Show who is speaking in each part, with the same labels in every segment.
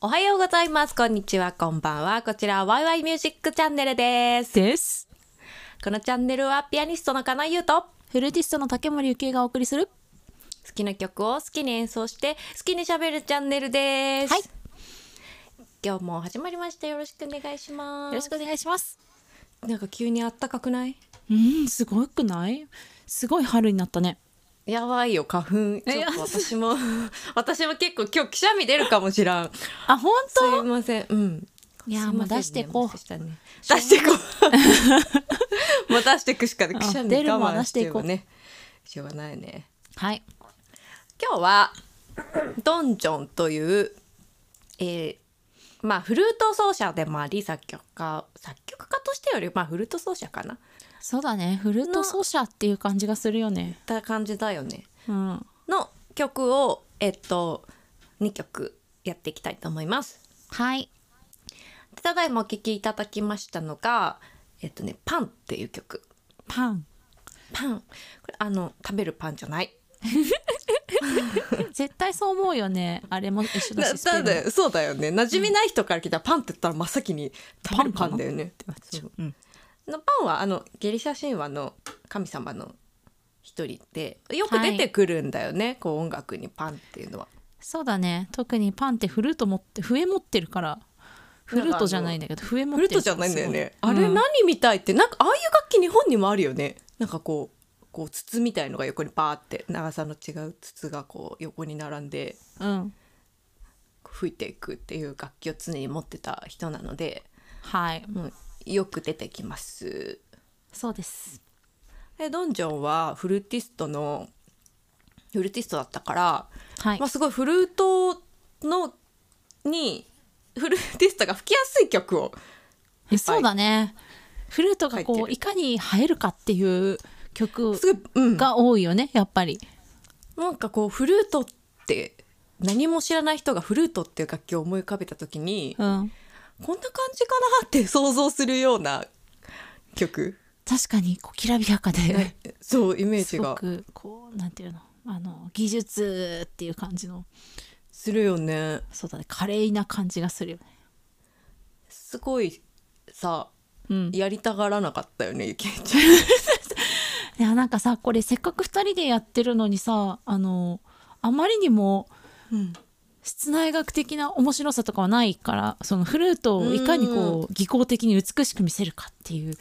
Speaker 1: おはようございます。こんにちは。こんばんは。こちら、ワイワイミュージックチャンネルです。
Speaker 2: です。
Speaker 1: このチャンネルは、ピアニストの金井優と、好
Speaker 2: フルーティストの竹森幸恵がお送りする。
Speaker 1: きな曲を好きに演奏して、好きに喋るチャンネルです。
Speaker 2: はい。
Speaker 1: 今日も始まりました。よろしくお願いします。
Speaker 2: よろしくお願いします。
Speaker 1: なんか急にあったかくない
Speaker 2: うん、すごくないすごい春になったね。
Speaker 1: やばいよ、花粉。
Speaker 2: え
Speaker 1: ちょっと私も、 私も結構今日くしゃみ出るかもしらん。す
Speaker 2: あ、本
Speaker 1: いません。うん。
Speaker 2: いやー
Speaker 1: すませんね
Speaker 2: もう出してこう
Speaker 1: もしかしたらね出してこう。 もう出してくしかくしゃみ
Speaker 2: 出るもん
Speaker 1: 我慢
Speaker 2: 出
Speaker 1: し
Speaker 2: してて
Speaker 1: い
Speaker 2: いこう
Speaker 1: ね。しょうがないね。
Speaker 2: はい。
Speaker 1: 今日はドンジョンという、えーまあフルート奏者でもあり作曲家作曲家としてよりまあフルート奏者かな
Speaker 2: そうだね。フルート奏者っていう感じがするよね。
Speaker 1: た感じだよね
Speaker 2: うん。
Speaker 1: の曲をえっと2曲やっていきたいと思います。
Speaker 2: はい。
Speaker 1: ただいまお聴きいただきましたのがえっとね「パン」っていう曲。
Speaker 2: パン。
Speaker 1: パンこれあの食べるパンじゃない。
Speaker 2: 絶対そう思うよね。あれも一緒だし。スペイン
Speaker 1: だ
Speaker 2: も
Speaker 1: だそうだよね馴染みない人から聞いたらパンって言ったら真っ先に食べるパ
Speaker 2: パンかな
Speaker 1: ンだよね。そう
Speaker 2: うん
Speaker 1: のパンはあのギリシャ神話の神様の一人でよく出てくるんだよね、こう音楽にパンっていうのは。
Speaker 2: そうだね。特にパンってフルート持って、笛持ってるから。フルートじゃないんだけど、笛持っ
Speaker 1: フル
Speaker 2: てる。
Speaker 1: ートじゃないんだよね。
Speaker 2: すご
Speaker 1: あ
Speaker 2: い
Speaker 1: れ
Speaker 2: うん
Speaker 1: 何みたいってなんかああいう楽器日本にもあるよね。なんかこうこう筒みたいのが横にパーって長さの違う筒がこう横に並んで
Speaker 2: うん。
Speaker 1: 吹いていくっていう楽器を常に持ってた人なので、
Speaker 2: はい。
Speaker 1: うん、よく出てきます。
Speaker 2: そうです。
Speaker 1: でドンジョンはフルーティストのフルーティストだったから、
Speaker 2: はい
Speaker 1: まあ、。すごいフルートのにフルーティストが吹きやすい曲を
Speaker 2: えそうだねフルートが
Speaker 1: 入
Speaker 2: こ
Speaker 1: って
Speaker 2: う
Speaker 1: る
Speaker 2: いかに映えるかっていう曲
Speaker 1: すごい、うん、
Speaker 2: が多いよねやっぱり
Speaker 1: なんかこうフルートって何も知らない人がフルートっていう楽器を思い浮かべた時に、
Speaker 2: うん
Speaker 1: こんな感じかなって想像するような曲
Speaker 2: 確かにこうきらびやかで
Speaker 1: そうイメージ
Speaker 2: すご
Speaker 1: が
Speaker 2: くこうなんていうのあの技術っていう感じの
Speaker 1: するよね。
Speaker 2: そうだね華麗な感じがするよね
Speaker 1: すごいさ
Speaker 2: うんい
Speaker 1: やりたがらなかったよねゆきえちゃん。
Speaker 2: やなんかさこれせっかく2人でやってるのにさあのあまりにも
Speaker 1: うん
Speaker 2: 室内楽的な面白さとかはないからそのフルートをいかにこう技巧的に美しく見せるかっていう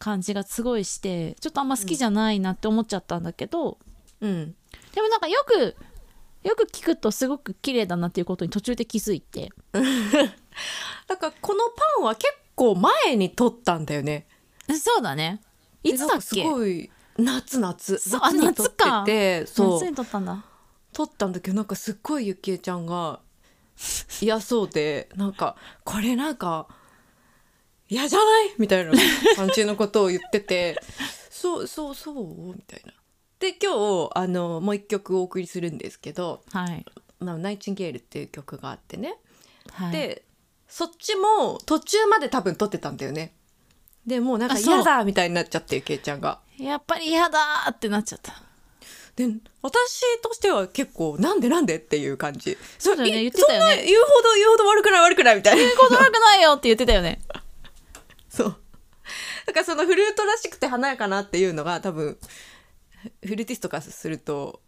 Speaker 2: 感じがすごいしてちょっとあんま好きじゃないなって思っちゃったんだけど、
Speaker 1: うん
Speaker 2: でもなんかよくよく聞くとすごく綺麗だなっていうことに途中で気づいて
Speaker 1: だからこのパンは結構前に撮ったんだよね。
Speaker 2: そうだねいつだっ
Speaker 1: で
Speaker 2: け
Speaker 1: なんかすごい夏夏
Speaker 2: そうあ
Speaker 1: 夏に撮っててそ
Speaker 2: 夏
Speaker 1: う
Speaker 2: に撮ったんだ
Speaker 1: 撮ったんだけどなんかすっごいゆきえちゃんが嫌そうでなんかこれなんか嫌じゃないみたいな感じのことを言って てそうそうそうみたいな。で今日あのもう一曲お送りするんですけど
Speaker 2: はい、
Speaker 1: 「まあナイチンゲール」っていう曲があってね
Speaker 2: はい、
Speaker 1: でそっちも途中まで多分撮ってたんだよねでもうなんか
Speaker 2: あそう
Speaker 1: 嫌だみたいになっちゃってゆけいちゃんが
Speaker 2: やっぱり嫌だーってなっちゃ った
Speaker 1: で私としては結構なんでなんでっていう感じそう
Speaker 2: だよね
Speaker 1: い
Speaker 2: 言ってたよね
Speaker 1: そんな言うほど言うほど悪くない悪くないみたいな
Speaker 2: 「ことなくないよ」って言ってたよね
Speaker 1: そうだからそのフルートらしくて華やかなっていうのが多分フルーティストからすると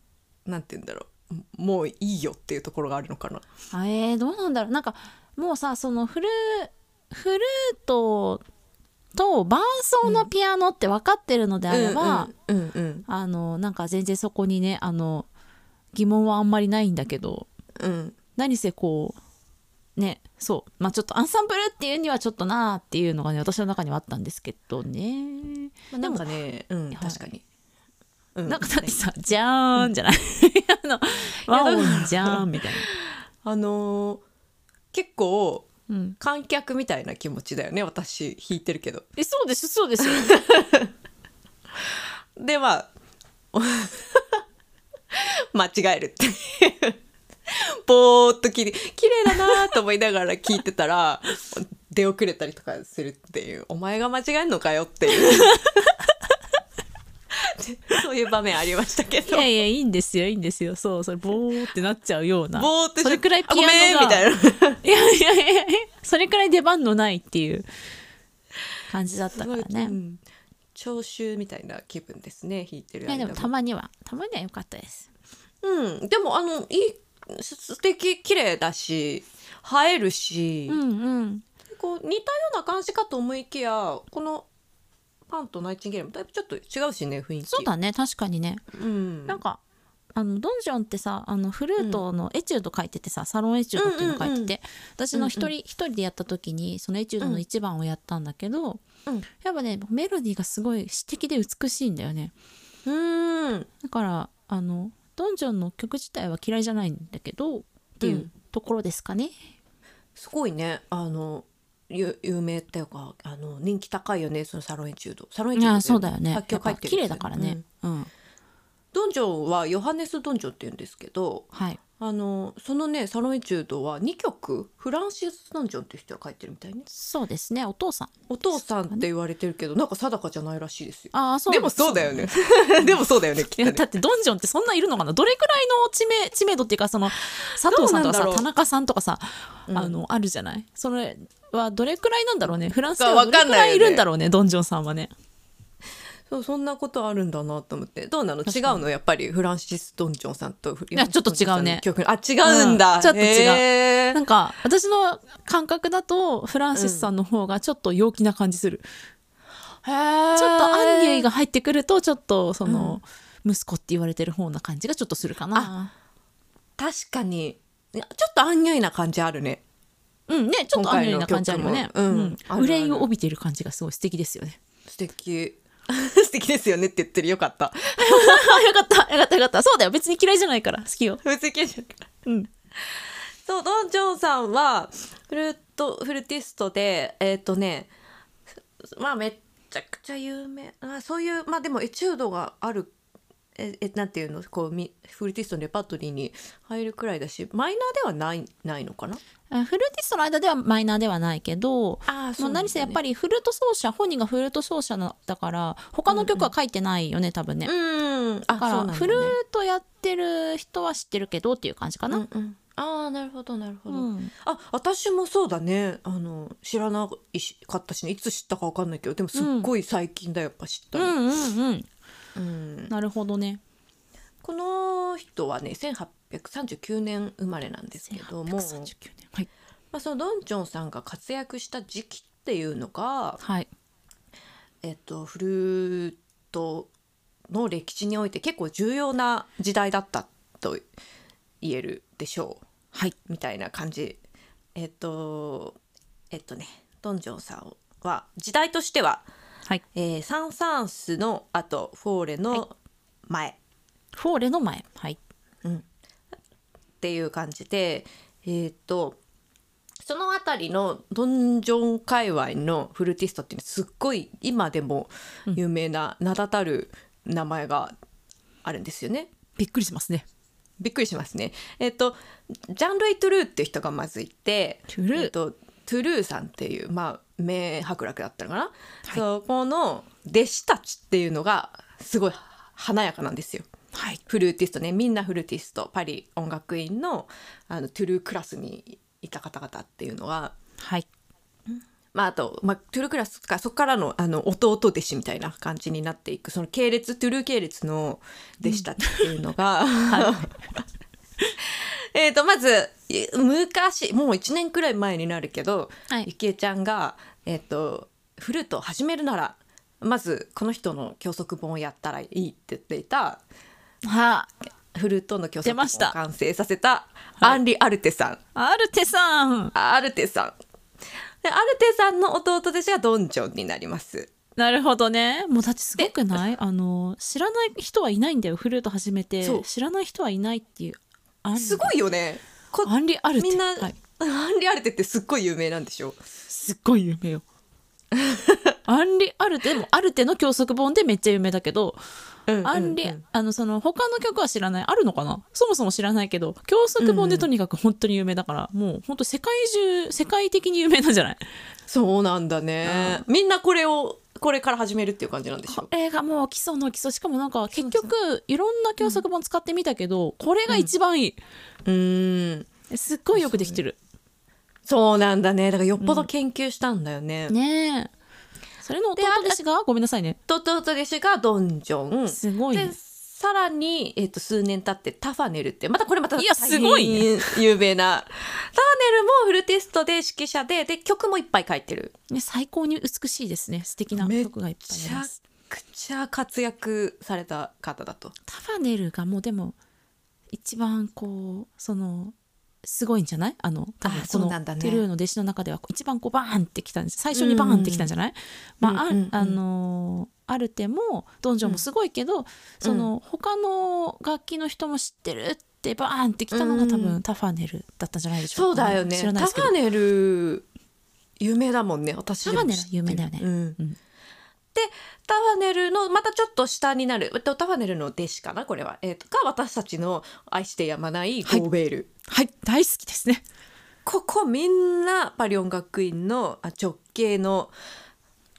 Speaker 1: なんて言うんだろうもういいよっていうところがあるのかな
Speaker 2: あえー、どうなんだろうなんかもうさそのフルフルートと伴奏のピアノって分かってるのであれば、
Speaker 1: うんうんうん
Speaker 2: あのなんか全然そこにねあの疑問はあんまりないんだけど
Speaker 1: うんうん
Speaker 2: 何せこうねそうまあちょっとアンサンブルっていうにはちょっとなーっていうのがね私の中にはあったんですけどね、
Speaker 1: まあ
Speaker 2: で
Speaker 1: なん
Speaker 2: も
Speaker 1: かね、うん、
Speaker 2: はい
Speaker 1: 確かに、う
Speaker 2: なんかだってさ「じゃーん」じゃない、 あの「
Speaker 1: や
Speaker 2: ワオンじゃーん」みたい
Speaker 1: あのー結構
Speaker 2: な、うん、
Speaker 1: 観客みたいな気持ちだよね私弾いてるけど
Speaker 2: えそうですそうですよ
Speaker 1: でまあ 間違えるっていうぼーっときれ綺麗だなと思いながら聞いてたら出遅れたりとかするっていうお前が間違えんのかよっていう そうそういう場面ありましたけ
Speaker 2: い
Speaker 1: ど
Speaker 2: やいやいいんですよいいんですよそうそれボーってなっちゃうような
Speaker 1: ぼーってし
Speaker 2: それくらい
Speaker 1: あ
Speaker 2: ピアノ
Speaker 1: ごめんみ
Speaker 2: が
Speaker 1: たいない
Speaker 2: やいやいやいやそれくらい出番のないっていう感じだったからね、
Speaker 1: うん聴衆みたいな気分ですね弾いてる
Speaker 2: いやで
Speaker 1: 間
Speaker 2: もたまにはたまには良かったです
Speaker 1: うんでもあのいいす素敵綺麗だし映えるし、
Speaker 2: うんうん
Speaker 1: こう似たような感じかと思いきやこのパンとナイチンゲールもだいぶちょっと違うしね雰囲気
Speaker 2: そうだね確かにね
Speaker 1: うん、
Speaker 2: なんかあのドンジョンってさあのフルートのエチュード書いててさ、サロンエチュードっていうの書いてて、
Speaker 1: うんうんうん
Speaker 2: 私の一人一、人でやった時にそのエチュードの一番をやったんだけど、
Speaker 1: うん
Speaker 2: やっぱねメロディーがすごい詩的で美しいんだよね
Speaker 1: うん
Speaker 2: だからあのドンジョンの曲自体は嫌いじゃないんだけどっていうところですかね、
Speaker 1: すごいねあの有有名っていうかあの人気高いよねそのサロンエチュードサロンエチュー
Speaker 2: あ
Speaker 1: ド
Speaker 2: あ
Speaker 1: って
Speaker 2: そうだよね
Speaker 1: 作曲入ってる
Speaker 2: 綺
Speaker 1: や
Speaker 2: 麗
Speaker 1: つ
Speaker 2: だからね
Speaker 1: うん
Speaker 2: うん、
Speaker 1: ドンジョンはヨハネス・ドンジョンって言うんですけど
Speaker 2: はい
Speaker 1: あのそのねサロンエチュードは2曲フランシス・ドンジョンっていう人が書いてるみたいね
Speaker 2: そうですねお父さん
Speaker 1: お父さんって言われてるけどなんか定かじゃないらしいですよ
Speaker 2: ああそう
Speaker 1: でもそうだよね でもそうだよねきっ
Speaker 2: い
Speaker 1: と
Speaker 2: や
Speaker 1: ね
Speaker 2: だってドンジョンってそんないるのかなどれくらいの知名知名度っていうかその佐藤さん
Speaker 1: どうな
Speaker 2: とか
Speaker 1: んだろう
Speaker 2: さ田中さんとかさ、
Speaker 1: うん
Speaker 2: あのあるじゃないそれはどれくらいなんだろうねフランスで
Speaker 1: わ
Speaker 2: は
Speaker 1: か
Speaker 2: ど
Speaker 1: んないよね
Speaker 2: れくらいいるんだろうねドンジョンさんはね
Speaker 1: そうそんなことあるんだなと思ってどうなの違
Speaker 2: 確
Speaker 1: う
Speaker 2: かに
Speaker 1: のやっぱりフランシス・ドンジョンさんとい
Speaker 2: いやちょっと違うね
Speaker 1: 曲あ違うんだ、
Speaker 2: うんちょっと
Speaker 1: 違
Speaker 2: なんか私の感覚だとフランシスさんの方がちょっと陽気な感じする、ちょっとアンニュイが入ってくるとちょっとその、息子って言われてる方な感じがちょっとするかな
Speaker 1: 確かにいやちょっとアンニュイな感じあるね
Speaker 2: うんねちょっとアンニュイな感じあるよね
Speaker 1: 今回の曲もうんあるある
Speaker 2: 憂いを帯びている感じがすごい素敵です よね
Speaker 1: 素敵 素敵ですよねって言ってるよかった
Speaker 2: あよかったよかったよかったそうだよ別に嫌いじゃないから好きよ
Speaker 1: 不思議じゃん
Speaker 2: うん
Speaker 1: そうドン・ジョンさんはフルートフルーティストでえっ、とねまあめっちゃくちゃ有名あそういうまあでもエチュードがあるええなんていうのこうみフルーティストのレパートリーに入るくらいだしマイナーではないないのかな
Speaker 2: あフルーティストの間ではマイナーではないけど
Speaker 1: あ
Speaker 2: もう何せやっぱ
Speaker 1: り
Speaker 2: りフルート奏者本人がフルート奏者なだから他の曲は書いてないよね、多分ね
Speaker 1: うん
Speaker 2: だ
Speaker 1: あ
Speaker 2: か
Speaker 1: そう
Speaker 2: ら
Speaker 1: なんだね
Speaker 2: フルートやってる人は知ってるけどっていう感じか
Speaker 1: う
Speaker 2: な、
Speaker 1: んうんああなるほどなるほど、
Speaker 2: うん
Speaker 1: あ私もそうだねあの知らなかったしねいつ知ったかわかんないけどでもすっごい最近だよやっぱ知っ
Speaker 2: う
Speaker 1: た
Speaker 2: ん、う
Speaker 1: の、
Speaker 2: んうん
Speaker 1: うん、
Speaker 2: なるほどね
Speaker 1: この人はね1839年生まれなんですけども、
Speaker 2: 1839年はい、
Speaker 1: まあ、そのドンチョンさんが活躍した時期っていうのが、
Speaker 2: はい、
Speaker 1: えっと、フルートの歴史において結構重要な時代だったと言えるでしょう。
Speaker 2: はい
Speaker 1: みたいな感じえっとえっとねドンジョンさんは時代としては、
Speaker 2: はい
Speaker 1: えーサン・サーンスのあとフォーレの前、
Speaker 2: フォーレの前はい
Speaker 1: っていう感じでえーっとその辺りのドンジョン界隈のフルーティストっていうのはすっごい今でも有名な名だたる名前があるんですよね。
Speaker 2: びっくりしますね
Speaker 1: びっくりしますね。えっとジャンルイ・トゥルーっていう人がまずいて
Speaker 2: トゥルー
Speaker 1: えっと、トゥルーさんっていう、まあ、名伯楽だったのかな、そこの弟子たちっていうのがすごい華やかなんですよ。
Speaker 2: はい
Speaker 1: フルーティストねみんなフルーティストパリ音楽院のあのトゥルークラスにいた方々っていうのが、
Speaker 2: はい
Speaker 1: まあ、あと、まあ、トゥルークラスかそこからのあの弟弟子みたいな感じになっていくその系列トゥルー系列の弟子たちっていうのが、 えーとまずい昔もう1年くらい前になるけど、
Speaker 2: はい
Speaker 1: ゆきえちゃんが、えー、とフルートを始めるならまずこの人の教則本をやったらいいって言っていた
Speaker 2: は
Speaker 1: フルートの教
Speaker 2: 出
Speaker 1: 則
Speaker 2: まし
Speaker 1: 本
Speaker 2: た
Speaker 1: を完成させたアンリ・アルテさん、
Speaker 2: あアルテさん
Speaker 1: アルテさんでアルテさんの弟弟子がドンジョンになります
Speaker 2: なるほどね。もうだってすごくないあの知らない人はいないんだよフルート始めて
Speaker 1: そう
Speaker 2: 知らない人はいないっていうアンリ
Speaker 1: すごいよねこ
Speaker 2: アンリアルテ
Speaker 1: みんな、
Speaker 2: はい、
Speaker 1: アンリ・アルテってすっごい有名なんでしょ
Speaker 2: すっごい有名 よアンリアルテでもアルテの教則本でめっちゃ有名だけど、アンリあのその他の曲は知らないあるのかなそもそも知らないけど教則本でとにかく本当に有名だから、もう本当世界中世界的に有名なんじゃない
Speaker 1: そうなんだねみんなこれをこれから始めるっていう感じなんでしょ
Speaker 2: 映画もう基礎の基礎しかもなんか
Speaker 1: そう
Speaker 2: 結局いろんな教則本使ってみたけど、これが一番いい、
Speaker 1: うーん
Speaker 2: すっごいよくできてる
Speaker 1: そうなんだねだからよっぽど研究したんだよね、
Speaker 2: ねえそれの弟弟子がごめんなさいね
Speaker 1: とと弟子がドンジョン
Speaker 2: すごいね
Speaker 1: でさらに、えっと数年経ってタファネルってまたこれまた
Speaker 2: いやすごいね
Speaker 1: 大変有名なタファネルもフルテストで指揮者でで曲もいっぱい書いてる
Speaker 2: ね最高に美しいですね素敵な
Speaker 1: めっ
Speaker 2: 曲がいっぱいあ
Speaker 1: ち
Speaker 2: り
Speaker 1: ゃ
Speaker 2: ます
Speaker 1: くちゃ活躍された方だと
Speaker 2: タファネルがもうでも一番こうそのすごいんじゃないあの多分
Speaker 1: あ
Speaker 2: こ
Speaker 1: そうなんだ
Speaker 2: の
Speaker 1: ね
Speaker 2: テルーの弟子の中では一番こうバーンってきたんです最初にバーンってきたんじゃない、まあ、
Speaker 1: うんうんうん
Speaker 2: ああのーアルテもドンジョンもすごいけど、その他の楽器の人も知ってるってバーンってきたのが多
Speaker 1: うんう
Speaker 2: 分タファネルだったんじゃないでしょ
Speaker 1: そうだよね
Speaker 2: 知らない
Speaker 1: タ
Speaker 2: です
Speaker 1: フ
Speaker 2: けど
Speaker 1: ァネル有名だもんね私でも
Speaker 2: タファネル
Speaker 1: 知ってる
Speaker 2: 有名だよね
Speaker 1: うん
Speaker 2: うん
Speaker 1: でタファネルのまたちょっと下になるえっとタファネルの弟子かなこれは、えっとか私たちの愛してやまないゴーベール、
Speaker 2: はい大好きですね
Speaker 1: ここみんなパリ音楽院のあ直系の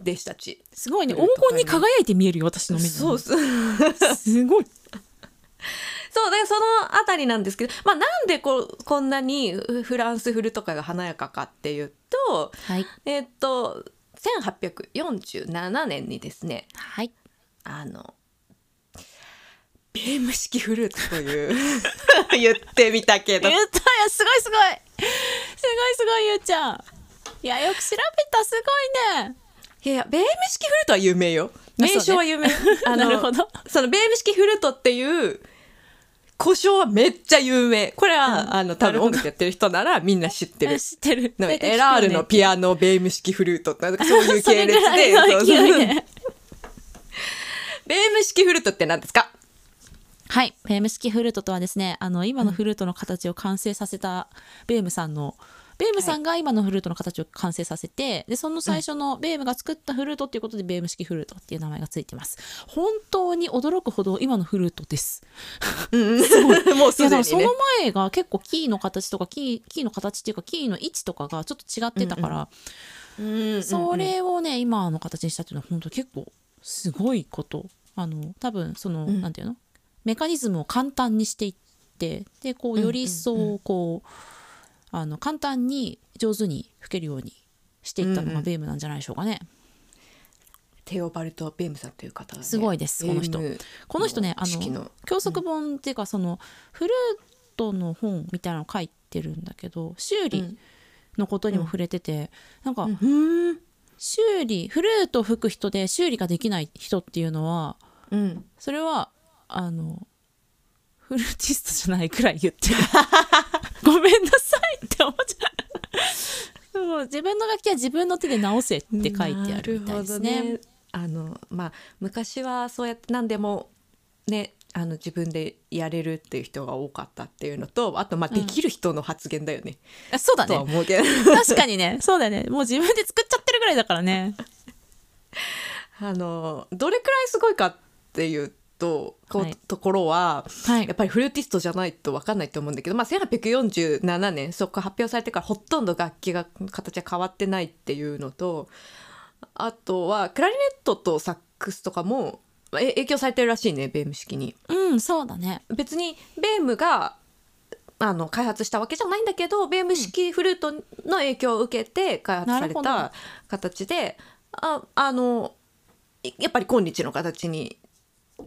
Speaker 1: 弟子たち
Speaker 2: すごいね
Speaker 1: テ
Speaker 2: 黄
Speaker 1: ルーとか
Speaker 2: 金
Speaker 1: ね
Speaker 2: に輝いて見えるよ私の目に
Speaker 1: そうそう
Speaker 2: すごい
Speaker 1: そうでそのあたりなんですけど、まあ、なんでこうこんなにフフランスフルとかが華やかかっていうと
Speaker 2: はい
Speaker 1: えっと1847年にですね
Speaker 2: はい
Speaker 1: あのベーム式フルーツという 言ってみたけど
Speaker 2: 言ったよすごいすごいすごいすごいゆうちゃんいやよく調べたすごいね
Speaker 1: いやいやベーム式フルートは有名よ
Speaker 2: あそうね
Speaker 1: 名称は 有名あの
Speaker 2: なるほど
Speaker 1: そのベーム式フルートっていう故障はめっちゃ有名これは、あの多分音楽やってる人ならみんな知ってる
Speaker 2: 知ってる
Speaker 1: なんかエラールのピアノベーム式フルートなんかそういう
Speaker 2: そ
Speaker 1: 系
Speaker 2: れ
Speaker 1: 列
Speaker 2: ぐら
Speaker 1: で
Speaker 2: いの
Speaker 1: そうそう
Speaker 2: 勢いね
Speaker 1: ベーム式フルートって何ですか
Speaker 2: はいベーム式フルートとはですねあの今のフルートの形を完成させたベームさんのベームさんが今のフルートの形を完成させて、でその最初のベームが作ったフルートっていうことでベーム式フルートっていう名前がついてます本当に驚くほど今のフルートです
Speaker 1: もう
Speaker 2: い
Speaker 1: すでに
Speaker 2: やだか
Speaker 1: ね
Speaker 2: らその前が結構キーの形とかキーキーの形っていうかキーの位置とかがちょっと違ってたから、
Speaker 1: うん
Speaker 2: それをね今の形にしたっていうのは本当結構すごいことあの多分その、なんていうのメカニズムを簡単にしていってでこうより一層こう,、あの簡単に上手に吹けるようにしていったのがベームなんじゃないでしょうかね。
Speaker 1: テオバルト・ベームさんという方がね、
Speaker 2: すごいですこの人
Speaker 1: ベーム
Speaker 2: この人ねあ
Speaker 1: 式
Speaker 2: の教則本っていうかそのフルートの本みたいなの書いてるんだけど修理のことにも触れてて、なんか
Speaker 1: うん
Speaker 2: 修理フルートを吹く人で修理ができない人っていうのは
Speaker 1: うん
Speaker 2: それはあのフルーティストじゃないくらい 言ってるごめんなさいって思っちゃうそう自分の楽器は自分の手で直せって書いてあるみたいですね
Speaker 1: なるほどあのまあ昔はそうやって何でもねあの自分でやれるっていう人が多かったっていうのとあとまあできる人の発言だよね、
Speaker 2: あそうだ
Speaker 1: とは
Speaker 2: ね
Speaker 1: 思うけど
Speaker 2: 確かにねそうだよねもう自分で作っちゃってるぐらいだからね
Speaker 1: あのどれくらいすごいかっていうとこう、
Speaker 2: はい
Speaker 1: ところは
Speaker 2: はい
Speaker 1: やっぱりフルーティストじゃないと分かんないと思うんだけど、まあ、1847年そこ発表されてからほとんど楽器が形は変わってないっていうのとあとはクラリネットとサックスとかもまあえ影響されてるらしいねベーム式に。
Speaker 2: うんそうだね
Speaker 1: 別にベームがあの開発したわけじゃないんだけどベーム式フルートの影響を受けて開発され
Speaker 2: なる
Speaker 1: た形でああのいやっぱり今日の形に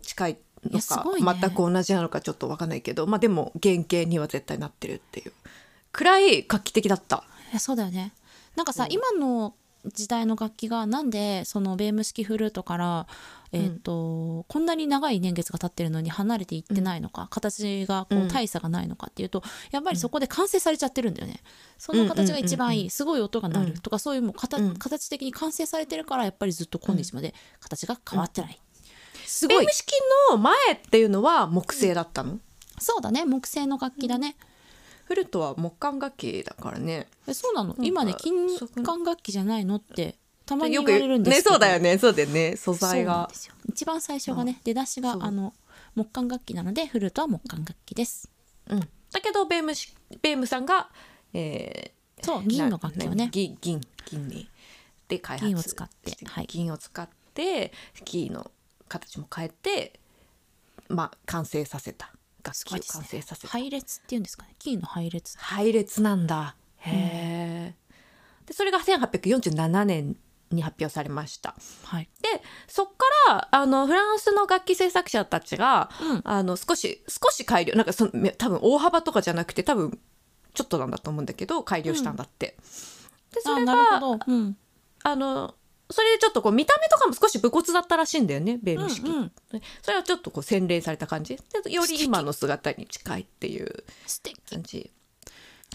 Speaker 1: 近い
Speaker 2: い
Speaker 1: の
Speaker 2: やす
Speaker 1: か
Speaker 2: ごいね
Speaker 1: 全く同じなのかちょっと分かんないけど、まあ、でも原型には絶対なってるっていうくらい画期的だった。
Speaker 2: いやそうだよねなんかさ、今の時代の楽器がなんでそのベーム式フルートから、えーとこんなに長い年月が経ってるのに離れていってないのか、形がこう大差がないのかっていうとやっぱりそこで完成されちゃってるんだよね。その形が一番いい、すごい音が鳴るとかそういうもう形,、形的に完成されてるからやっぱりずっと今日まで形が変わってない。す
Speaker 1: ベ
Speaker 2: ご
Speaker 1: ー
Speaker 2: い
Speaker 1: ム式の前っていうのは木製だったの、
Speaker 2: そうだね木製の楽器だね。
Speaker 1: フルートは木管楽器だからね。
Speaker 2: えそうなの今ね金管楽器じゃないのってたまに
Speaker 1: よ
Speaker 2: 言
Speaker 1: く
Speaker 2: われるんで
Speaker 1: ね
Speaker 2: すけど。
Speaker 1: そうだよねそうだよね素
Speaker 2: そう
Speaker 1: 材
Speaker 2: なん
Speaker 1: が
Speaker 2: で。すよ一番最初がね出だ
Speaker 1: そ
Speaker 2: しが
Speaker 1: う
Speaker 2: あの木管楽器なのでフルートは木管楽器です
Speaker 1: うん、だけどベームしベームさんが、えー
Speaker 2: そう銀の楽器を
Speaker 1: な
Speaker 2: ね
Speaker 1: 銀銀銀にで開発
Speaker 2: 銀を使ってはい
Speaker 1: 銀を使ってキーの形も変えてまあ完成させた楽器を完成させた、
Speaker 2: 配列っていうんですかねキーの配列
Speaker 1: 配列なんだへえ、でそれが1847年に発表されました
Speaker 2: はい、
Speaker 1: でそっからあのフランスの楽器制作者たちが、
Speaker 2: うん
Speaker 1: あの少し少し改良なんかそのめ多分大幅とかじゃなくて多分ちょっとなんだと思うんだけど改良したんだって。でそ
Speaker 2: あ
Speaker 1: れ
Speaker 2: なる
Speaker 1: が
Speaker 2: ほど、うん、
Speaker 1: あのそれでちょっとこう見た目とかも少し武骨だったらしいんだよねベール式、
Speaker 2: うんうん
Speaker 1: それはちょっとこう洗練された感じでより今の姿に近いっていう
Speaker 2: 素敵
Speaker 1: 感じ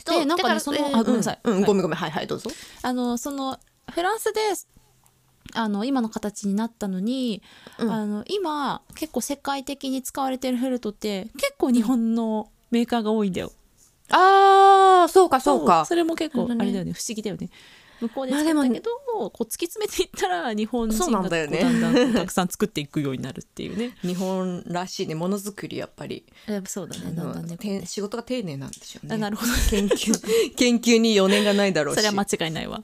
Speaker 2: でなんかね
Speaker 1: だら
Speaker 2: その
Speaker 1: えー
Speaker 2: あごめんなさい
Speaker 1: うん、うん
Speaker 2: はい
Speaker 1: ごめんごめんはいはいどうぞ
Speaker 2: あのそのフランスであの今の形になったのに、
Speaker 1: うん
Speaker 2: あの今結構世界的に使われてるフルートって結構日本のメーカーが多いんだよ。
Speaker 1: ああそうかそうか
Speaker 2: それも結構
Speaker 1: なるほどね
Speaker 2: あれだよね不思議だよね。向こうで
Speaker 1: まあ
Speaker 2: 作
Speaker 1: で
Speaker 2: っ
Speaker 1: も
Speaker 2: たけど、こう突き詰めていったら日本人が
Speaker 1: そうなんだよね
Speaker 2: こうだんだんたくさん作っていくようになるっていうね。
Speaker 1: 日本らしいねものづく りやっぱり、
Speaker 2: やっぱそうだね。だんだんね。
Speaker 1: てん仕事が丁寧なんでしょうね
Speaker 2: あなるほど。
Speaker 1: 研 究研究に余念がないだろうし
Speaker 2: それは間違いないわ。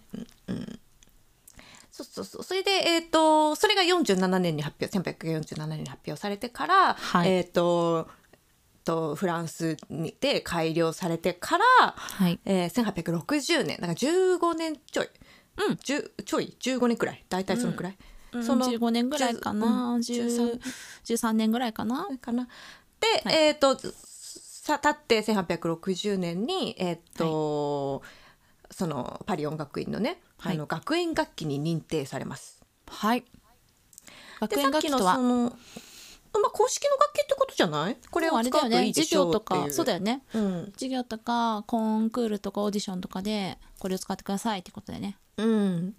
Speaker 1: そうそうそうそれで、えー、とそれが47年に発表1847年に発表されてから、
Speaker 2: はい
Speaker 1: えっ、ととフランスにで改良されてから、
Speaker 2: はい。
Speaker 1: えー、1860年だから15年ちょい、
Speaker 2: うん
Speaker 1: 10ちょい15年くらい大体そのくらい、
Speaker 2: そ
Speaker 1: そ
Speaker 2: の
Speaker 1: の
Speaker 2: 15年ぐらいかな、
Speaker 1: うん
Speaker 2: 10 13年ぐらいかな。
Speaker 1: かな。で、えっ、とさたって1860年にえっ、と、そのパリ音楽院のね、
Speaker 2: はい
Speaker 1: あの学園楽器に認定されます。
Speaker 2: はい。
Speaker 1: でさ
Speaker 2: 学園
Speaker 1: っ
Speaker 2: 楽
Speaker 1: き
Speaker 2: 器
Speaker 1: の
Speaker 2: と
Speaker 1: そ
Speaker 2: は
Speaker 1: のまあ公式の楽器ってことじゃない？これ
Speaker 2: もう
Speaker 1: を
Speaker 2: あれ
Speaker 1: 使
Speaker 2: だ
Speaker 1: う
Speaker 2: よ
Speaker 1: とい
Speaker 2: ね
Speaker 1: いで
Speaker 2: 授
Speaker 1: しょ
Speaker 2: 業
Speaker 1: うっ
Speaker 2: と
Speaker 1: ていう。
Speaker 2: かそうだよね
Speaker 1: うん
Speaker 2: 授業とかコンクールとかオーディションとかでこれを使ってくださいってことでね
Speaker 1: うん。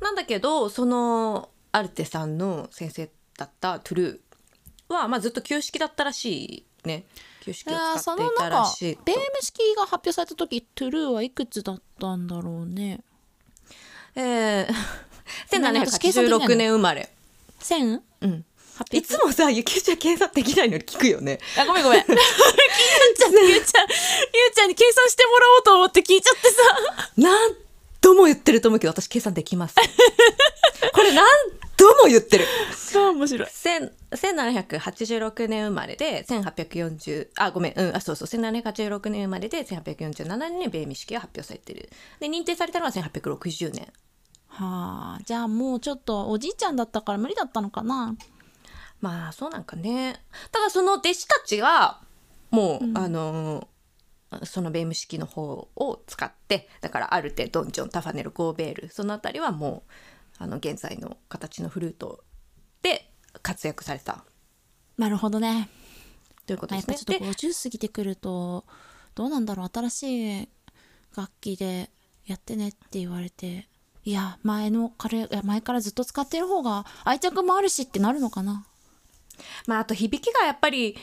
Speaker 1: なんだけどそのアルテさんの先生だったトゥルーはまあずっと旧式だったらしいね。旧式を
Speaker 2: あー
Speaker 1: 使
Speaker 2: そ
Speaker 1: ってい
Speaker 2: の
Speaker 1: た
Speaker 2: なん
Speaker 1: ら
Speaker 2: か
Speaker 1: しいと。
Speaker 2: ベーム式が発表された時トゥルーはいくつだったんだろうね
Speaker 1: えー、
Speaker 2: 私計算できない
Speaker 1: 1786年
Speaker 2: の
Speaker 1: 生まれ。
Speaker 2: 1000?
Speaker 1: うん。
Speaker 2: 800
Speaker 1: いつもさ、ゆきちゃん計算できないのに聞くよね。
Speaker 2: あごめんご めん聞いちゃってゆうちゃんゆうちゃんに計算してもらおうと思って聞いちゃってさ
Speaker 1: 何度も言ってると思うけど、私計算でき ます。これ何度も言ってる。
Speaker 2: 超面白い
Speaker 1: 千1786年生まれで、1840、あ、ごめん、うん、あ、そうそう、1786年生まれで、1847年に米ミ式が発表されてる。で、認定されたのは1860年。
Speaker 2: はあじゃあもうちょっとおじいちゃんだったから無理だったのかな
Speaker 1: まあそうなんかねただその弟子たちはもう、あのーそのベーム式の方を使ってだからアルテドンジョンタファネルゴーベールそのあたりはもうあの現在の形のフルートで活躍された
Speaker 2: なるほどね
Speaker 1: ということ
Speaker 2: まあ
Speaker 1: で
Speaker 2: やっ
Speaker 1: す
Speaker 2: ぱ
Speaker 1: ね
Speaker 2: ちょっ。と
Speaker 1: で
Speaker 2: 50過ぎてくるとどうなんだろう新しい楽器でやってねって言われていや前のからいや前からずっと使ってる方が愛着もあるしってなるのかな
Speaker 1: まああと響きがやっぱり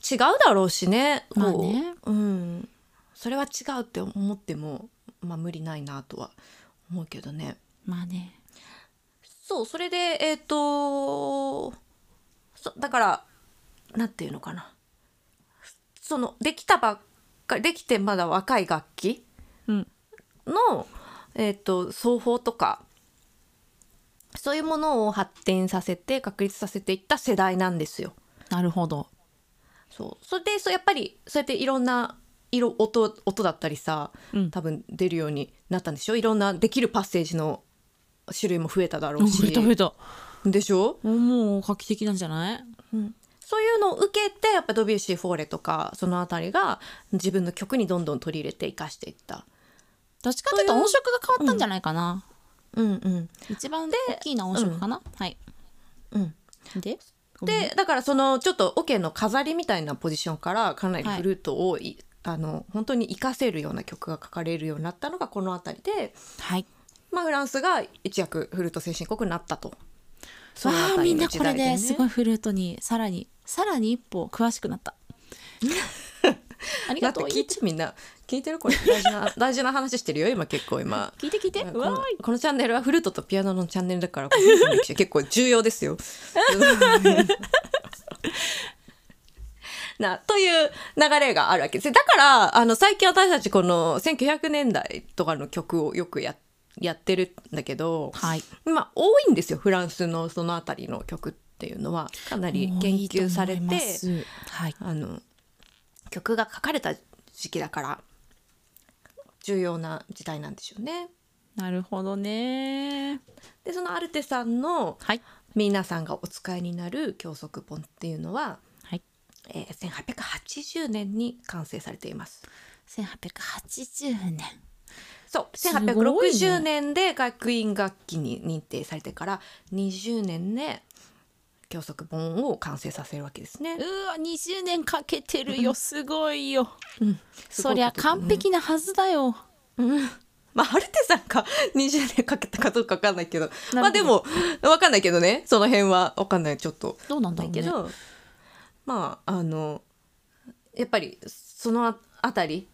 Speaker 1: 違うだろうしね。こう
Speaker 2: まあね
Speaker 1: うん、それは違うって思っても、まあ、無理ないなとは思うけどね。
Speaker 2: まあね
Speaker 1: そうそれでえっ、とそだからなんていうのかなそのできたばっかりできてまだ若い楽器
Speaker 2: うん
Speaker 1: の、えっと奏法とかそういうものを発展させて確立させていった世代なんですよ。
Speaker 2: なるほど
Speaker 1: そうそれでそうやっぱりそうやっていろんな色音音だったりさ、
Speaker 2: うん
Speaker 1: 多分出るようになったんでしょいろんなできるパッセージの種類も増えただろう
Speaker 2: 増え
Speaker 1: した
Speaker 2: 増えた
Speaker 1: でしょ
Speaker 2: もう画期的なんじゃない
Speaker 1: そういうのを受けてやっぱドビュッシー・フォーレとかそのあたりが自分の曲にどんどん取り入れて生かしていった。
Speaker 2: どっちかっていうと音色が変わったんじゃないかな、
Speaker 1: うんうん
Speaker 2: 一番大きいのは音色かな、はい
Speaker 1: うん、
Speaker 2: で
Speaker 1: でだからそのちょっとオケの飾りみたいなポジションからかなりフルートをい、あの本当に活かせるような曲が書かれるようになったのがこのあたりで、
Speaker 2: はい
Speaker 1: まあ、フランスが一躍フルート先進国になったと。そ
Speaker 2: わ
Speaker 1: の
Speaker 2: あ
Speaker 1: た
Speaker 2: み
Speaker 1: り
Speaker 2: ん
Speaker 1: の
Speaker 2: な
Speaker 1: 時
Speaker 2: これ
Speaker 1: 代ね
Speaker 2: ですごいフルートにさらにさらに一歩詳しくなったあり
Speaker 1: だっ
Speaker 2: が
Speaker 1: て聞
Speaker 2: とう
Speaker 1: いてみんな聞いてるこれ大事な大事な話してるよ今結構今。
Speaker 2: 聞いて聞いて
Speaker 1: こ
Speaker 2: うわ
Speaker 1: の
Speaker 2: ーい
Speaker 1: このチャンネルはフルートとピアノのチャンネルだ からこの人の歴史は結構重要ですよ。なという流れがあるわけですだからあの最近私たちこの1900年代とかの曲をよくややってるんだけど、
Speaker 2: はい
Speaker 1: まあ多いんですよフランスのそのあたりの曲っていうのはかなり研究されて
Speaker 2: 多いと思いますはい
Speaker 1: あの曲が書かれた時期だから重要な時代なんでしょうね。
Speaker 2: なるほどね
Speaker 1: でそのアルテさんの
Speaker 2: はい
Speaker 1: 皆さんがお使いになる教則本っていうのは、
Speaker 2: はい
Speaker 1: えー、1880年に完成されています。
Speaker 2: 1880年
Speaker 1: そう
Speaker 2: すごい
Speaker 1: 1860
Speaker 2: ね
Speaker 1: 年で学院学期に認定されてから20年で教則本を完成させるわけですね。
Speaker 2: うわ20年かけてるよすごいよ
Speaker 1: うん
Speaker 2: そりゃ完。璧なはずだよ
Speaker 1: うんまあ、アルテさんが 20年かけたかどうかわかんないけど
Speaker 2: ど
Speaker 1: まあでもわかんないけどねその辺はわかんないちょっと
Speaker 2: どうなん
Speaker 1: だ
Speaker 2: だろう
Speaker 1: け
Speaker 2: ね
Speaker 1: ど、まああのやっぱりそのああたり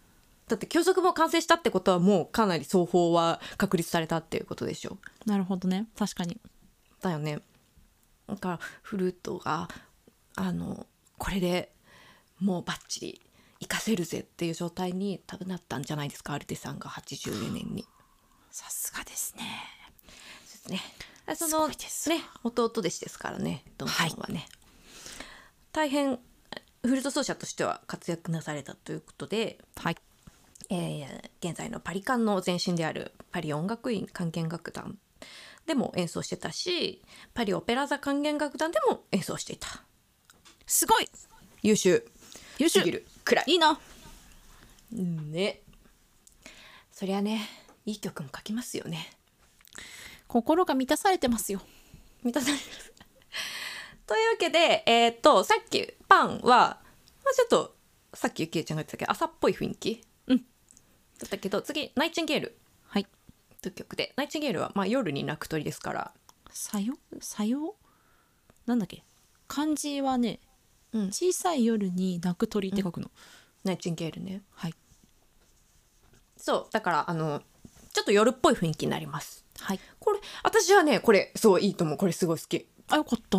Speaker 1: だって教則も完成したってことはもうかなり奏法は確立されたっていうことでしょ
Speaker 2: なるほどね確かに
Speaker 1: だよねだからフルートがあのこれでもうバッチリ活かせるぜっていう状態に多分なったんじゃないですかアルテさんが80年に。
Speaker 2: さすがですね
Speaker 1: ですね。そ
Speaker 2: す
Speaker 1: の
Speaker 2: ご
Speaker 1: ね
Speaker 2: いですわ
Speaker 1: 弟弟子ですからねドンさんはね、大変フルート奏者としては活躍なされたということで、
Speaker 2: はい
Speaker 1: えー現在のパリカンの前身であるパリ音楽院管弦楽団でも演奏してたしパリオペラ座管弦楽団でも演奏していた
Speaker 2: すごい
Speaker 1: 優秀
Speaker 2: 優
Speaker 1: す
Speaker 2: 秀
Speaker 1: ぎるくらい
Speaker 2: いいな
Speaker 1: ねそりゃねいい曲も書きますよね
Speaker 2: 心が満たされてますよ
Speaker 1: 満たされますというわけで、えっとさっきパンは、まあ、ちょっとさっきゆきえちゃんが言ってたけど朝っぽい雰囲気、
Speaker 2: うん
Speaker 1: だったけど次「ナイチンゲール
Speaker 2: はい」
Speaker 1: という曲で「ナイチンゲールは」まあ、夜に鳴く鳥ですから、
Speaker 2: さよさよなんだっけ漢字はね
Speaker 1: うん、
Speaker 2: 小さい夜に泣く鳥って書くの、
Speaker 1: ナイチンゲールね
Speaker 2: はい
Speaker 1: そうだからあのちょっと夜っぽい雰囲気になります
Speaker 2: はい
Speaker 1: これ私はねこれそういいと思うこれすごい好き
Speaker 2: あよかった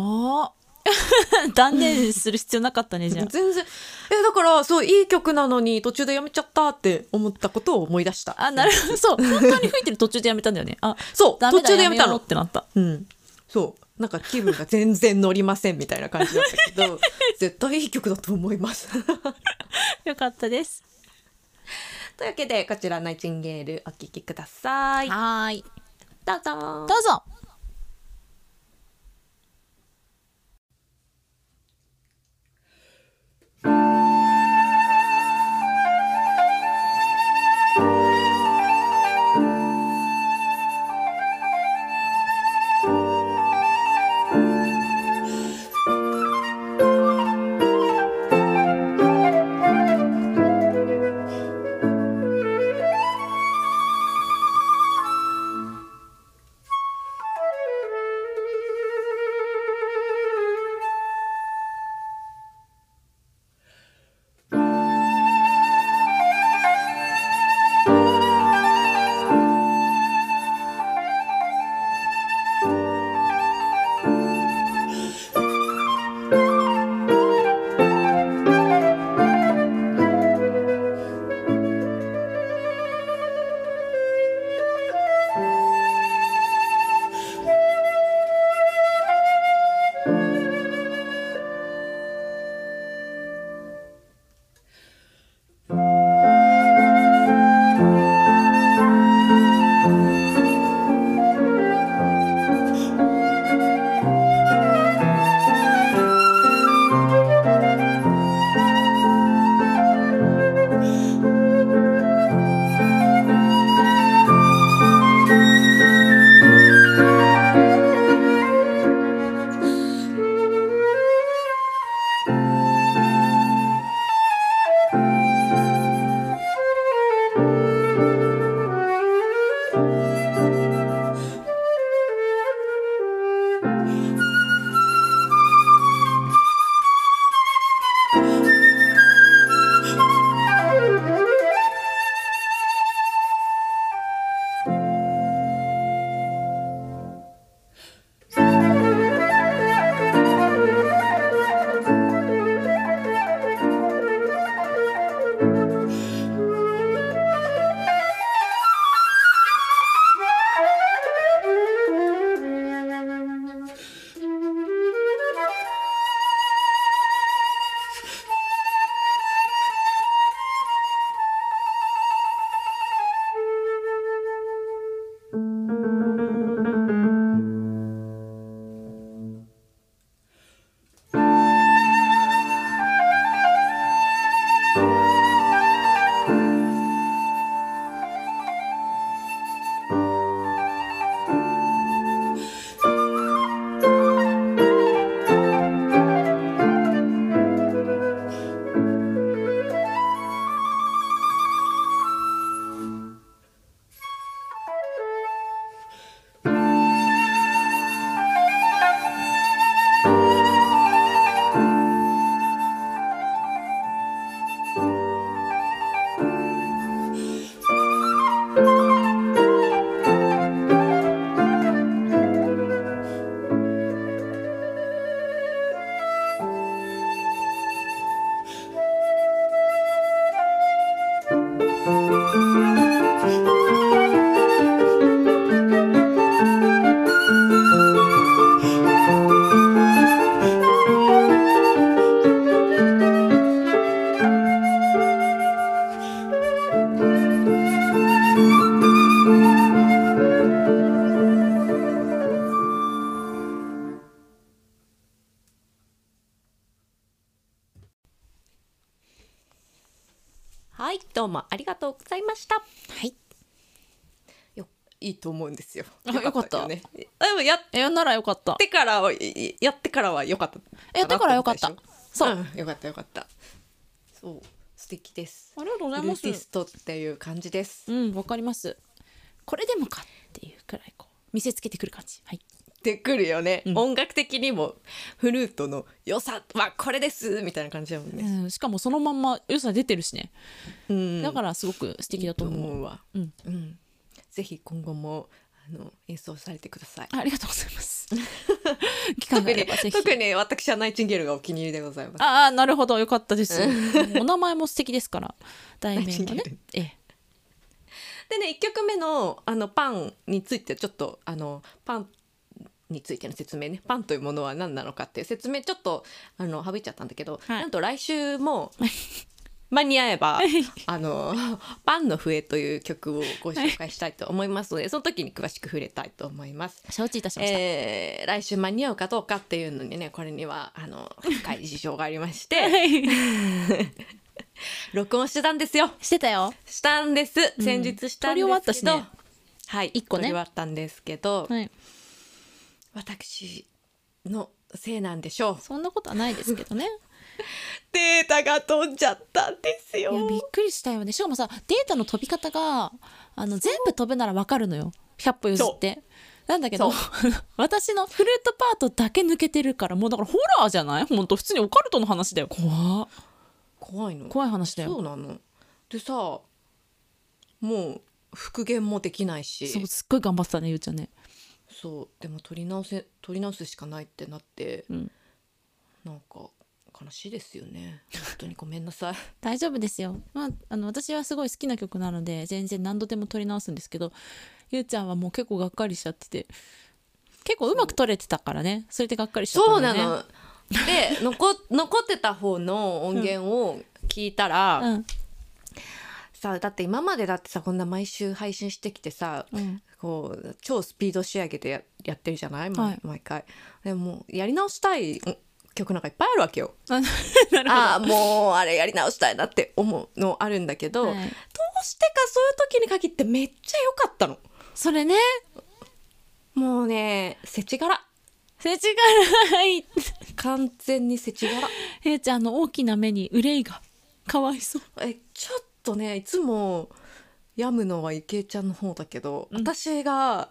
Speaker 2: 断念する必要なかったねじゃあ
Speaker 1: 全然えだからそういい曲なのに途中でやめちゃったって思ったことを思い出した
Speaker 2: あなるほど そう本当に吹いてる途中でやめたんだよねあ
Speaker 1: そう
Speaker 2: ダメ
Speaker 1: 途
Speaker 2: だ
Speaker 1: 中でやめた
Speaker 2: よ
Speaker 1: の
Speaker 2: うってなった
Speaker 1: うん、そうなんか気分が全然乗りませんみたいな感じだったけ ど絶対いい曲だと思います
Speaker 2: よかったです
Speaker 1: というわけでこちら「ナイチンゲール」お聴きください
Speaker 2: はーい
Speaker 1: どうぞ
Speaker 2: どうぞ
Speaker 1: はいどうもありがとうございました
Speaker 2: はい
Speaker 1: よいいと思うんですよ
Speaker 2: あ
Speaker 1: よねでもやっ
Speaker 2: えならよかった
Speaker 1: てからはいやってからは良かった
Speaker 2: やってからは良かった
Speaker 1: なと思でしょ
Speaker 2: そう
Speaker 1: うん、よかったよかったそう素敵です
Speaker 2: ありがとうご
Speaker 1: フルーティストっていう感じです
Speaker 2: うんわかりますこれでもかっていうくらいこう見せつけてくる感じはい
Speaker 1: ってくるよね、
Speaker 2: うん
Speaker 1: 音楽的にもフルートの良さはこれですみたいな感じだもん
Speaker 2: う
Speaker 1: ね、
Speaker 2: ん、しかもそのまんま良さ出てるしね、
Speaker 1: うん、
Speaker 2: だからすごく素敵だと
Speaker 1: と
Speaker 2: 思う、
Speaker 1: 思うわ、
Speaker 2: うん
Speaker 1: うん、ぜひ今後もあの演奏されてください
Speaker 2: ありがとうございます 期間
Speaker 1: 特
Speaker 2: があれ
Speaker 1: に
Speaker 2: ばぜひ
Speaker 1: 特に私はナイチンゲールがお気に入りでございます
Speaker 2: ああなるほどよかったですお名前も素敵ですから題名
Speaker 1: ナ
Speaker 2: が
Speaker 1: イチンゲ
Speaker 2: ね
Speaker 1: ール
Speaker 2: ええ
Speaker 1: でね1曲目のあのパンについてちょっとあのパンについての説明ねパンというものは何なのかっていう説明ちょっとあの省いちゃったんだけど、
Speaker 2: はい
Speaker 1: なんと来週 も間に合えばあの「パンの笛」という曲をご紹介したいと思いますのでその時に詳しく触れたいと思います。
Speaker 2: 承知いたしました、
Speaker 1: えー来週間に合うかどうかっていうのにねこれにはあの深い事情がありまして 録音してたんですよ
Speaker 2: してたよ
Speaker 1: したんです
Speaker 2: ん
Speaker 1: 先日したん
Speaker 2: 撮り終わっ
Speaker 1: で
Speaker 2: た
Speaker 1: す
Speaker 2: し
Speaker 1: けど、
Speaker 2: ね
Speaker 1: はい
Speaker 2: 一個ね
Speaker 1: 撮り終わったんですけど、
Speaker 2: はい
Speaker 1: 私のせいなんでしょう
Speaker 2: そんなことはないですけどね
Speaker 1: データが飛んじゃったんですよ
Speaker 2: いやびっくりしたよねしかもさデータの飛び方があの全部飛ぶならわかるのよ100歩譲ってなんだけど 私のフルートパートだけ抜けてるからもうだからホラーじゃないほんと普通にオカルトの話だよ怖っ
Speaker 1: 怖いの
Speaker 2: 怖い話だ
Speaker 1: そう
Speaker 2: よ
Speaker 1: なのでさもう復元もできないし
Speaker 2: そうすっごい頑張ってたねゆうちゃんね
Speaker 1: そうでも撮り直せ撮り直すしかないってなって、
Speaker 2: うん
Speaker 1: なんか悲しいですよね本当にごめんなさい
Speaker 2: 大丈夫ですよ、まあ、あの私はすごい好きな曲なので全然何度でも撮り直すんですけどゆうちゃんはもう結構がっかりしちゃってて結構うまく撮れてたからね それでがっかりしちゃった
Speaker 1: そうん
Speaker 2: だ
Speaker 1: な
Speaker 2: よね
Speaker 1: ので残残ってた方の音源を聞いたら、
Speaker 2: うん
Speaker 1: さだって今までだってさこんな毎週配信してきてさ、
Speaker 2: うん
Speaker 1: こう超スピード仕上げでややってるじゃない、毎
Speaker 2: はい
Speaker 1: 毎回でもやり直したいん曲なんかいっぱいあるわけよ
Speaker 2: あ なるほど
Speaker 1: ああもうあれやり直したいなって思うのあるんだけど、
Speaker 2: はい
Speaker 1: どうしてかそういう時に限ってめっちゃ良かったの
Speaker 2: それね
Speaker 1: もうね世知辛
Speaker 2: せちがらい
Speaker 1: 完全に世知辛
Speaker 2: ゆうちゃんあの大きな目に憂いがかわいそう
Speaker 1: えちょっとねいつも病むのは池江ちゃんの方だけど、私が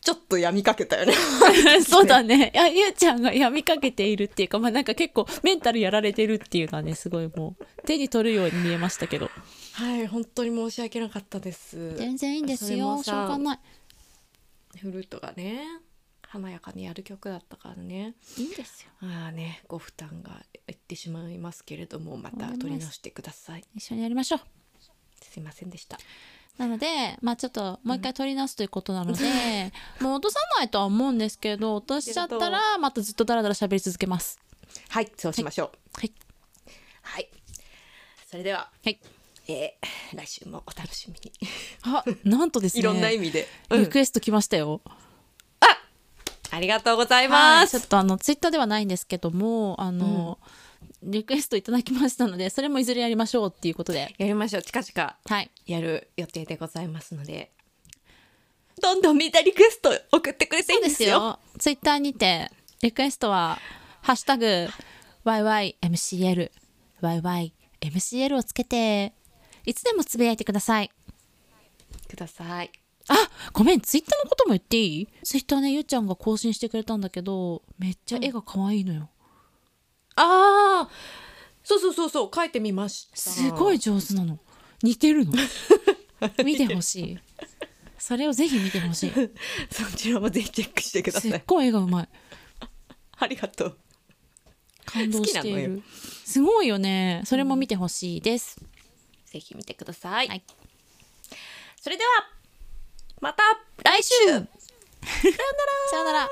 Speaker 1: ちょっと病みかけたよね
Speaker 2: そうだねいやゆうちゃんが病みかけているっていうかまあなんか結構メンタルやられてるっていうのはねすごいもう手に取るように見えましたけど
Speaker 1: はい本当に申し訳なかったです
Speaker 2: 全然いいんです
Speaker 1: それ
Speaker 2: よ
Speaker 1: も
Speaker 2: しょうが
Speaker 1: さ
Speaker 2: ない
Speaker 1: フルートがね華やかにやる曲だったからね
Speaker 2: いいんですよ
Speaker 1: ああねご負担がいってしまいますけれどもま
Speaker 2: わ
Speaker 1: た
Speaker 2: かります
Speaker 1: 取り直してください
Speaker 2: 一緒にやりましょう
Speaker 1: すいませんでした
Speaker 2: なのでまあちょっともう一回取り直すということなので、 もう落とさないとは思うんですけど落としちゃったらまたずっとダラダラ喋り続けます
Speaker 1: はいそうしましょう
Speaker 2: はい
Speaker 1: はい、それでは、
Speaker 2: はい
Speaker 1: えー来週もお楽しみに
Speaker 2: あなんとですね
Speaker 1: いろんな意味で、うん
Speaker 2: リクエスト来ましたよ、
Speaker 1: ありがとうござい
Speaker 2: は
Speaker 1: ま
Speaker 2: い、ち
Speaker 1: す
Speaker 2: ょっとあのツイッターではないんですけどもあの、リクエストいただきましたのでそれもいずれやりましょうっていうことで
Speaker 1: やりましょう近々
Speaker 2: はい
Speaker 1: やる予定でございますのでどんどんみんなリクエスト送ってくれていいんですよ
Speaker 2: ツイッターにてリクエストは「ハッシュタグ #YYMCL」YYMCL をつけていつでもつぶやいてください
Speaker 1: ください
Speaker 2: あごめんツイッターのことも言っていいツイッターねゆうちゃんが更新してくれたんだけどめっちゃ絵が可愛いのよ、
Speaker 1: ああそうそうそうそう書いてみました
Speaker 2: すごい上手なの似 てるの見てほしいそれをぜひ見てほしい
Speaker 1: そちらもぜひチェックしてくだ
Speaker 2: す
Speaker 1: さ
Speaker 2: っ
Speaker 1: い
Speaker 2: ごい絵がうまい
Speaker 1: ありがとう
Speaker 2: 感動して
Speaker 1: 好
Speaker 2: い
Speaker 1: きなの
Speaker 2: るすごいよねそれも見てほしいです、
Speaker 1: ぜひ見てください、
Speaker 2: はい
Speaker 1: それではまた
Speaker 2: 来週さよなら